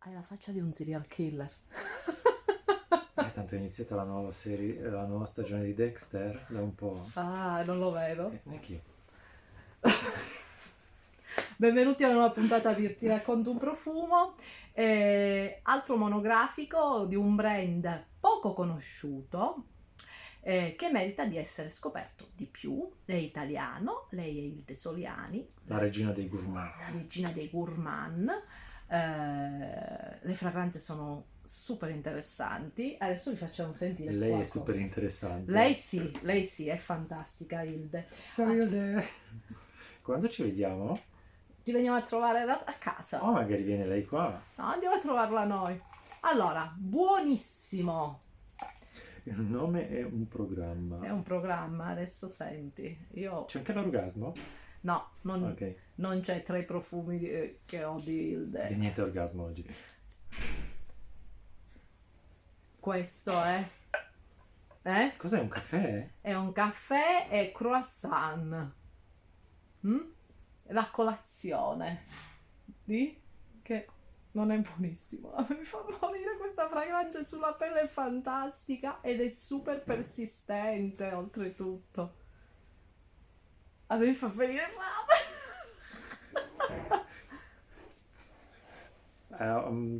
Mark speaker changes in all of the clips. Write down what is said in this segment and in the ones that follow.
Speaker 1: Hai la faccia di un serial killer.
Speaker 2: Eh, tanto è iniziata la nuova, serie, la nuova stagione di Dexter da un po'.
Speaker 1: Ah, non lo vedo.
Speaker 2: Eh, neanche io.
Speaker 1: Benvenuti a una nuova puntata di Ti racconto un profumo. Eh, altro monografico di un brand poco conosciuto eh, che merita di essere scoperto di più. È italiano, lei è il Tesoliani,
Speaker 2: La regina dei gourmand.
Speaker 1: la regina dei gourmand. Eh, le fragranze sono super interessanti. Adesso vi facciamo sentire
Speaker 2: Lei è
Speaker 1: qualcosa.
Speaker 2: super interessante.
Speaker 1: Lei Ah. sì, lei sì, è fantastica Hilde.
Speaker 2: Ciao, Hilde. Quando ci vediamo?
Speaker 1: Ti veniamo a trovare da- a casa.
Speaker 2: Oh, magari viene lei qua.
Speaker 1: No, andiamo a trovarla noi. Allora, buonissimo.
Speaker 2: Il nome è un programma.
Speaker 1: È un programma, adesso senti. Io
Speaker 2: C'è anche l'orgasmo?
Speaker 1: no, non,
Speaker 2: Ok.
Speaker 1: non c'è tra i profumi eh, che ho di Hilde.
Speaker 2: Di niente orgasmo oggi.
Speaker 1: Questo è eh?
Speaker 2: Cos'è un caffè?
Speaker 1: È un caffè e croissant. Mm? La colazione. Di? Che non è buonissimo. Mi fa morire questa fragranza è sulla pelle, è fantastica ed è super persistente oltretutto. A me mi fa venire fame.
Speaker 2: Eh, um,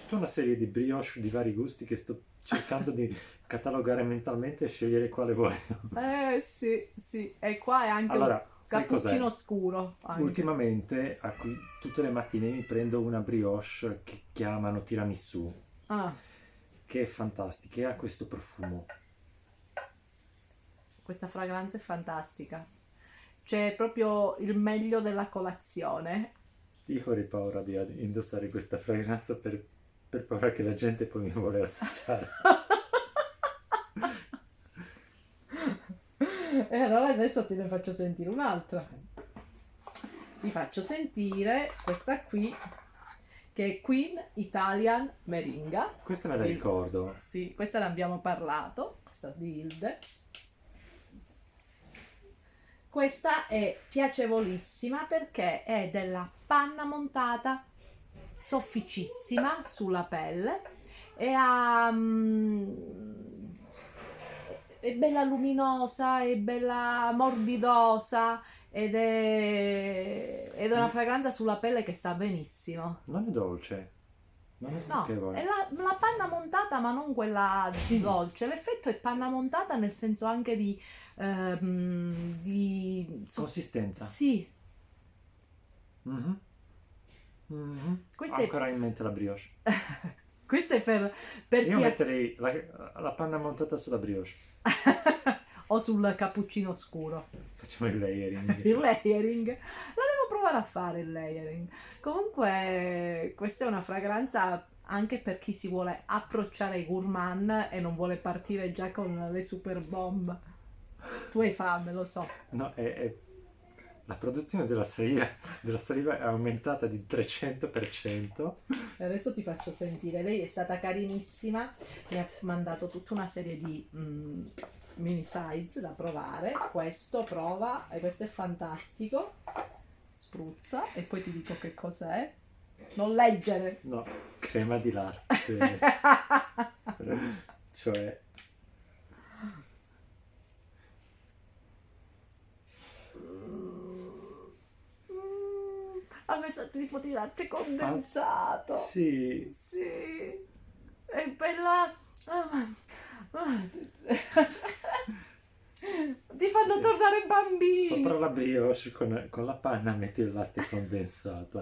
Speaker 2: tutta una serie di brioche di vari gusti che sto cercando di catalogare mentalmente e scegliere quale voglio.
Speaker 1: eh sì, sì. E qua è anche
Speaker 2: Allora,
Speaker 1: un
Speaker 2: sai
Speaker 1: cappuccino
Speaker 2: cos'è?
Speaker 1: scuro. anche.
Speaker 2: Ultimamente, a cui- tutte le mattine mi prendo una brioche che chiamano tiramisù,
Speaker 1: Ah,
Speaker 2: che è fantastica, e ha questo profumo.
Speaker 1: Questa fragranza è fantastica. C'è proprio il meglio della colazione.
Speaker 2: Io avrei paura di ad- indossare questa fragranza per, per paura che la gente poi mi vuole assaggiare.
Speaker 1: E allora adesso te ne faccio sentire un'altra. Ti faccio sentire questa qui, che è Queen Italian Meringa.
Speaker 2: Questa me la ricordo.
Speaker 1: Sì, questa ne abbiamo parlato, questa di Hilde. Questa è piacevolissima perché è della panna montata, sofficissima sulla pelle e ha... mm, è bella luminosa, è bella morbidosa ed è, ed è una fragranza sulla pelle che sta benissimo.
Speaker 2: Non è dolce. Non è
Speaker 1: No,
Speaker 2: stucchevole.
Speaker 1: è la, la panna montata, ma non quella dolce. L'effetto è panna montata nel senso anche di. ehm, di so-
Speaker 2: Consistenza.
Speaker 1: sì,
Speaker 2: Mhm. Mhm.
Speaker 1: Questa è-
Speaker 2: Ancora in mente la brioche.
Speaker 1: questo è per, per
Speaker 2: Io
Speaker 1: chi. ha-
Speaker 2: metterei la, la panna montata sulla brioche.
Speaker 1: o sul cappuccino scuro.
Speaker 2: Facciamo il
Speaker 1: Il
Speaker 2: layering.
Speaker 1: layering. La devo provare a fare il layering. Comunque, questa è una fragranza anche per chi si vuole approcciare ai gourmand e non vuole partire già con le super bomb. Tu hai fame, lo so.
Speaker 2: No, è, è- La produzione della saliva, della saliva è aumentata di 300%.
Speaker 1: Adesso ti faccio sentire, lei è stata carinissima, mi ha mandato tutta una serie di mm, mini size da provare, questo prova, e questo è fantastico, spruzza e poi ti dico che cos'è, non leggere!
Speaker 2: No, crema di latte. cioè,
Speaker 1: Mm, ha messo tipo di latte condensato,
Speaker 2: sì,
Speaker 1: sì, è bella... ah, ah. ti fanno tornare bambini!
Speaker 2: sopra la brioche con, con la panna metti il latte condensato.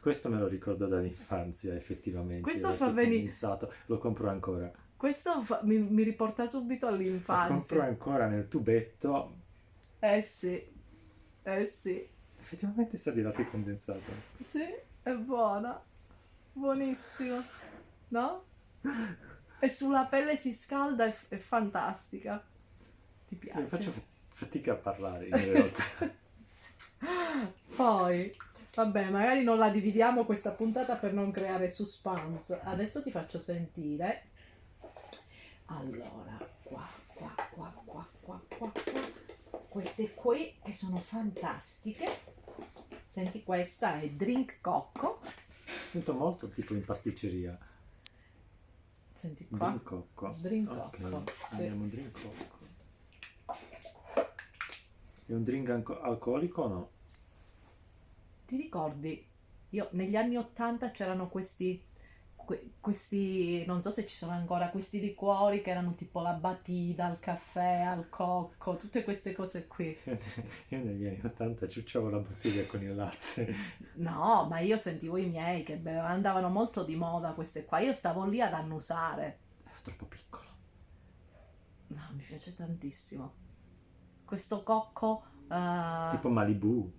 Speaker 2: Questo me lo ricordo dall'infanzia, effettivamente.
Speaker 1: Questo
Speaker 2: il
Speaker 1: fa
Speaker 2: latte
Speaker 1: bene-
Speaker 2: Condensato. Lo compro ancora.
Speaker 1: Questo fa- mi, mi riporta subito
Speaker 2: Lo compro
Speaker 1: all'infanzia.
Speaker 2: ancora nel tubetto.
Speaker 1: Eh sì, eh sì,
Speaker 2: Effettivamente sa di latte condensato.
Speaker 1: sì, è buona, buonissimo, no? E sulla pelle si scalda, è, f- è fantastica. Ti piace?
Speaker 2: Io faccio fa- fatica a parlare in realtà.
Speaker 1: Poi, vabbè, magari non la dividiamo questa puntata per non creare suspense. Adesso ti faccio sentire. Allora, qua, qua, qua, qua, qua, qua, qua. Queste qui che sono fantastiche. Senti, questa è Drink Cocco.
Speaker 2: Sento molto tipo in pasticceria.
Speaker 1: Senti
Speaker 2: Un
Speaker 1: qua.
Speaker 2: Drink cocco.
Speaker 1: Drink
Speaker 2: Ok, Ah,
Speaker 1: cocco, sì.
Speaker 2: Abbiamo un drink cocco. È un drink anco- alcolico o no?
Speaker 1: Ti ricordi? Io negli anni 80 c'erano questi, que- questi, non so se ci sono ancora, questi liquori che erano tipo la batida, il caffè, al cocco, tutte queste cose qui.
Speaker 2: Io negli anni 80 ciucciavo la bottiglia con il latte.
Speaker 1: No, ma io sentivo i miei che bevevano- andavano molto di moda queste qua. Io stavo lì ad annusare.
Speaker 2: Era troppo piccolo.
Speaker 1: No, mi piace tantissimo. Questo cocco... eh,
Speaker 2: Tipo Malibu.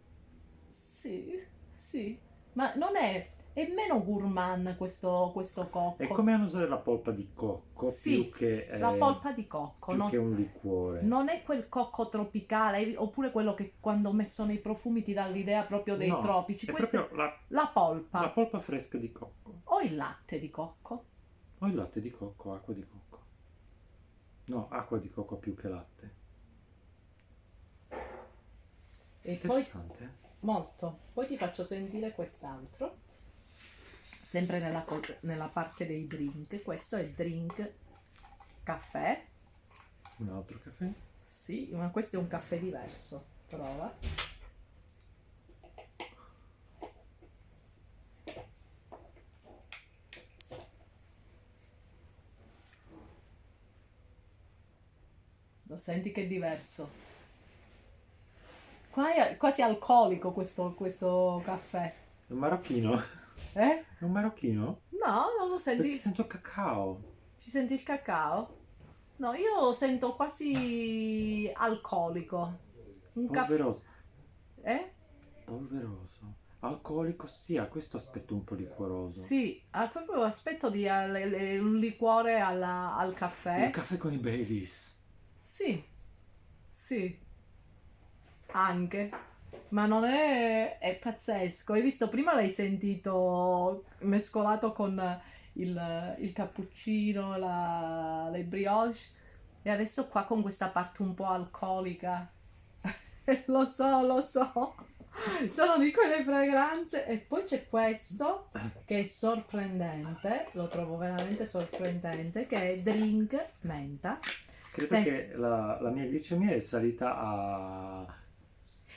Speaker 1: Sì, sì. Ma non è... È meno gourmand questo, questo cocco.
Speaker 2: È come hanno usare la polpa di cocco
Speaker 1: Sì,
Speaker 2: più che eh,
Speaker 1: La polpa di cocco,
Speaker 2: più
Speaker 1: no?
Speaker 2: che un liquore.
Speaker 1: Non è quel cocco tropicale, eh, oppure quello che quando ho messo nei profumi ti dà l'idea proprio dei
Speaker 2: No,
Speaker 1: tropici.
Speaker 2: È
Speaker 1: Questa
Speaker 2: proprio la,
Speaker 1: è la polpa
Speaker 2: la polpa fresca di cocco.
Speaker 1: o il latte di cocco.
Speaker 2: O il latte di cocco, acqua di cocco. No, acqua di cocco più che latte.
Speaker 1: E poi
Speaker 2: Interessante. eh?
Speaker 1: molto. Poi ti faccio sentire quest'altro. Sempre nella, co- nella parte dei drink. Questo è il drink caffè.
Speaker 2: Un altro caffè.
Speaker 1: Sì, ma questo è un caffè diverso. Prova. Lo senti che è diverso. Qua è quasi alcolico questo, questo caffè.
Speaker 2: È un marocchino.
Speaker 1: Eh?
Speaker 2: È un marocchino?
Speaker 1: No, non lo
Speaker 2: Perché
Speaker 1: senti.
Speaker 2: sento cacao.
Speaker 1: Ci senti il cacao? No, io lo sento quasi alcolico. Un caffè.
Speaker 2: Polveroso.
Speaker 1: Eh?
Speaker 2: Polveroso. Alcolico sì, ha questo aspetto un po' liquoroso.
Speaker 1: Sì, ha proprio l'aspetto di al- le- un liquore alla- al caffè.
Speaker 2: Il caffè con i Baileys.
Speaker 1: Sì, sì, anche. Ma non è... è pazzesco. Hai visto, prima l'hai sentito mescolato con il, il cappuccino, la- le brioche e adesso qua con questa parte un po' alcolica. lo so, lo so. Sono di quelle fragranze. E poi c'è questo che è sorprendente, lo trovo veramente sorprendente, che è drink menta.
Speaker 2: Credo
Speaker 1: Sì.
Speaker 2: che la, la mia glicemia è salita a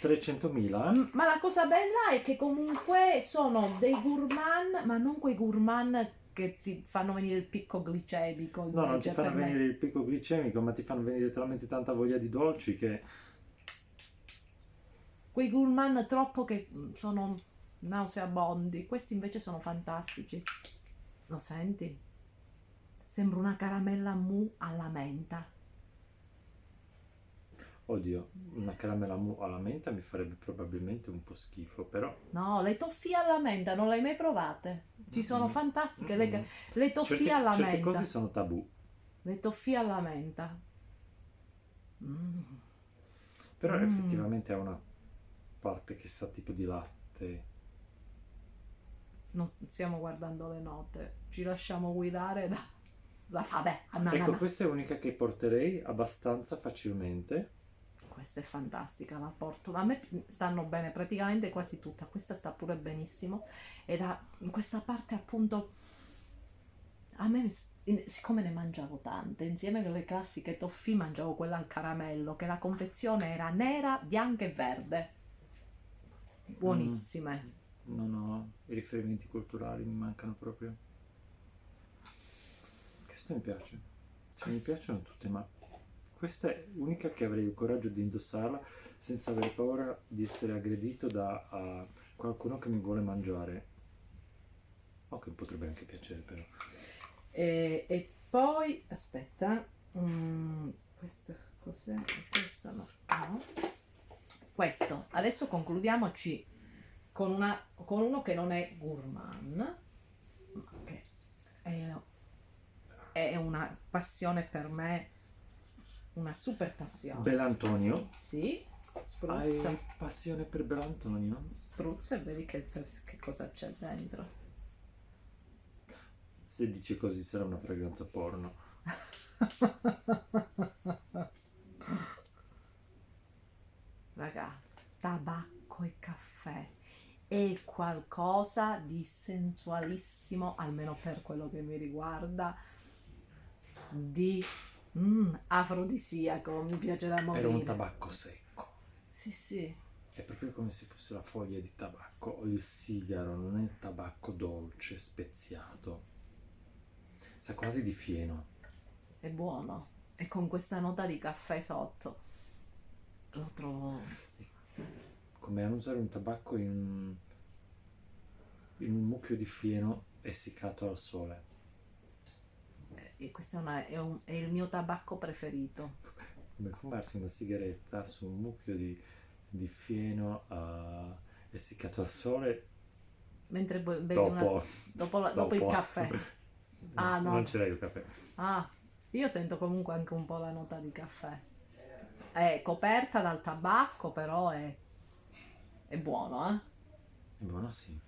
Speaker 2: 300.000.
Speaker 1: Ma la cosa bella è che comunque sono dei gourmand, ma non quei gourmand che ti fanno venire il picco glicemico.
Speaker 2: No, non
Speaker 1: invece,
Speaker 2: ti fanno
Speaker 1: per me.
Speaker 2: venire il picco glicemico, ma ti fanno venire talmente tanta voglia di dolci che
Speaker 1: Quei gourmand troppo che mm, sono nauseabondi. Questi invece sono fantastici. Lo senti? Sembra una caramella mu alla menta.
Speaker 2: Oddio, una caramella mu- alla menta mi farebbe probabilmente un po' schifo, però...
Speaker 1: No, le toffie alla menta non le hai mai provate. Ci sono
Speaker 2: Mm.
Speaker 1: fantastiche le, ca-
Speaker 2: Mm.
Speaker 1: le toffie
Speaker 2: Certe-
Speaker 1: alla
Speaker 2: certe
Speaker 1: menta.
Speaker 2: cose sono tabù,
Speaker 1: Le toffie alla menta. Mm.
Speaker 2: però
Speaker 1: Mm.
Speaker 2: effettivamente ha una parte che sa tipo di latte.
Speaker 1: non stiamo guardando le note, ci lasciamo guidare da, da vabbè, ah, no, no,
Speaker 2: ecco,
Speaker 1: no.
Speaker 2: questa è l'unica che porterei abbastanza facilmente.
Speaker 1: questa è fantastica, la porto, a me mm, stanno bene praticamente quasi tutta, questa sta pure benissimo e da questa parte appunto a me, mi s- in- siccome ne mangiavo tante, insieme con le classiche toffee mangiavo quella al caramello, che la confezione era nera, bianca e verde, buonissime.
Speaker 2: Non ho i riferimenti culturali, mi mancano proprio. Questa mi piace. Cioè, mi
Speaker 1: Questa-
Speaker 2: piacciono tutte, ma questa è l'unica che avrei il coraggio di indossarla senza avere paura di essere aggredito da ah, qualcuno che mi vuole mangiare. O che potrebbe anche piacere, però.
Speaker 1: E, e poi aspetta, mm, questo cos'è? Questo no. no. Questo, adesso concludiamoci con, una, con uno che non è gourmand, ma che è, è una passione per me, una super passione.
Speaker 2: Belantonio.
Speaker 1: Sì,
Speaker 2: Hai
Speaker 1: spruzza,
Speaker 2: passione per Belantonio?
Speaker 1: spruzza e vedi che, che cosa c'è dentro.
Speaker 2: Se dici così sarà una fragranza porno.
Speaker 1: Raga, tabacco e caffè. è qualcosa di sensualissimo, almeno per quello che mi riguarda, di mm, afrodisiaco, mi piace da morire.
Speaker 2: Era un tabacco secco.
Speaker 1: Sì, sì.
Speaker 2: È proprio come se fosse la foglia di tabacco o il sigaro, non è il tabacco dolce, speziato. Sa quasi di fieno.
Speaker 1: è buono e con questa nota di caffè sotto lo trovo
Speaker 2: Come ad usare un tabacco in un, in un mucchio di fieno essiccato al sole.
Speaker 1: eh, e questo è, una- è un- è il mio tabacco preferito
Speaker 2: Come fumarsi una sigaretta su un mucchio di, di fieno eh, essiccato al sole
Speaker 1: mentre bo- bevi
Speaker 2: dopo,
Speaker 1: una- dopo, la- dopo il
Speaker 2: dopo.
Speaker 1: caffè Ah, no.
Speaker 2: Non ce l'hai il caffè.
Speaker 1: ah io sento comunque anche un po' la nota di caffè è coperta dal tabacco però è, è buono eh?
Speaker 2: È buono, sì.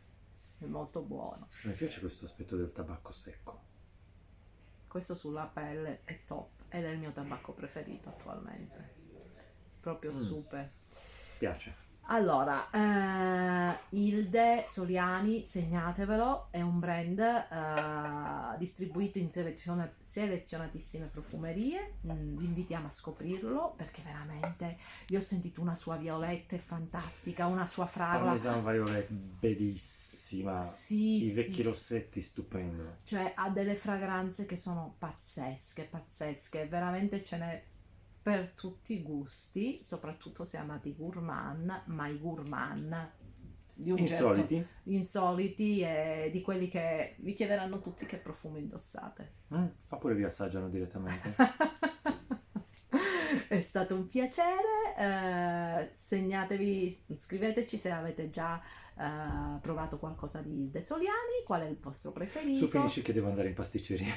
Speaker 1: è molto buono
Speaker 2: Mi piace questo aspetto del tabacco secco.
Speaker 1: questo sulla pelle è top ed è il mio tabacco preferito attualmente proprio
Speaker 2: Mm.
Speaker 1: super
Speaker 2: Piace.
Speaker 1: Allora, eh, Ilde Soliani, segnatevelo, è un brand eh, distribuito in seleziona- selezionatissime profumerie, Mm, vi invitiamo a scoprirlo perché veramente io ho sentito una sua violetta è fantastica, una sua fragola.
Speaker 2: Parmesan vaiole bellissima.
Speaker 1: Sì,
Speaker 2: I
Speaker 1: sì.
Speaker 2: vecchi rossetti, stupendo.
Speaker 1: cioè ha delle fragranze che sono pazzesche, pazzesche, veramente ce n'è per tutti i gusti, soprattutto se amate i gourmand, ma i gourmand di un certo
Speaker 2: Insoliti.
Speaker 1: insoliti e di quelli che vi chiederanno tutti che profumi indossate.
Speaker 2: Mm, Oppure vi assaggiano direttamente.
Speaker 1: È stato un piacere, eh, segnatevi, scriveteci se avete già eh, provato qualcosa di De Soliani, qual è il vostro
Speaker 2: tu
Speaker 1: preferito
Speaker 2: finisci che devo andare in pasticceria.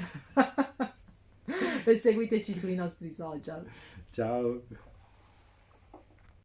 Speaker 1: e seguiteci sui nostri social.
Speaker 2: Ciao.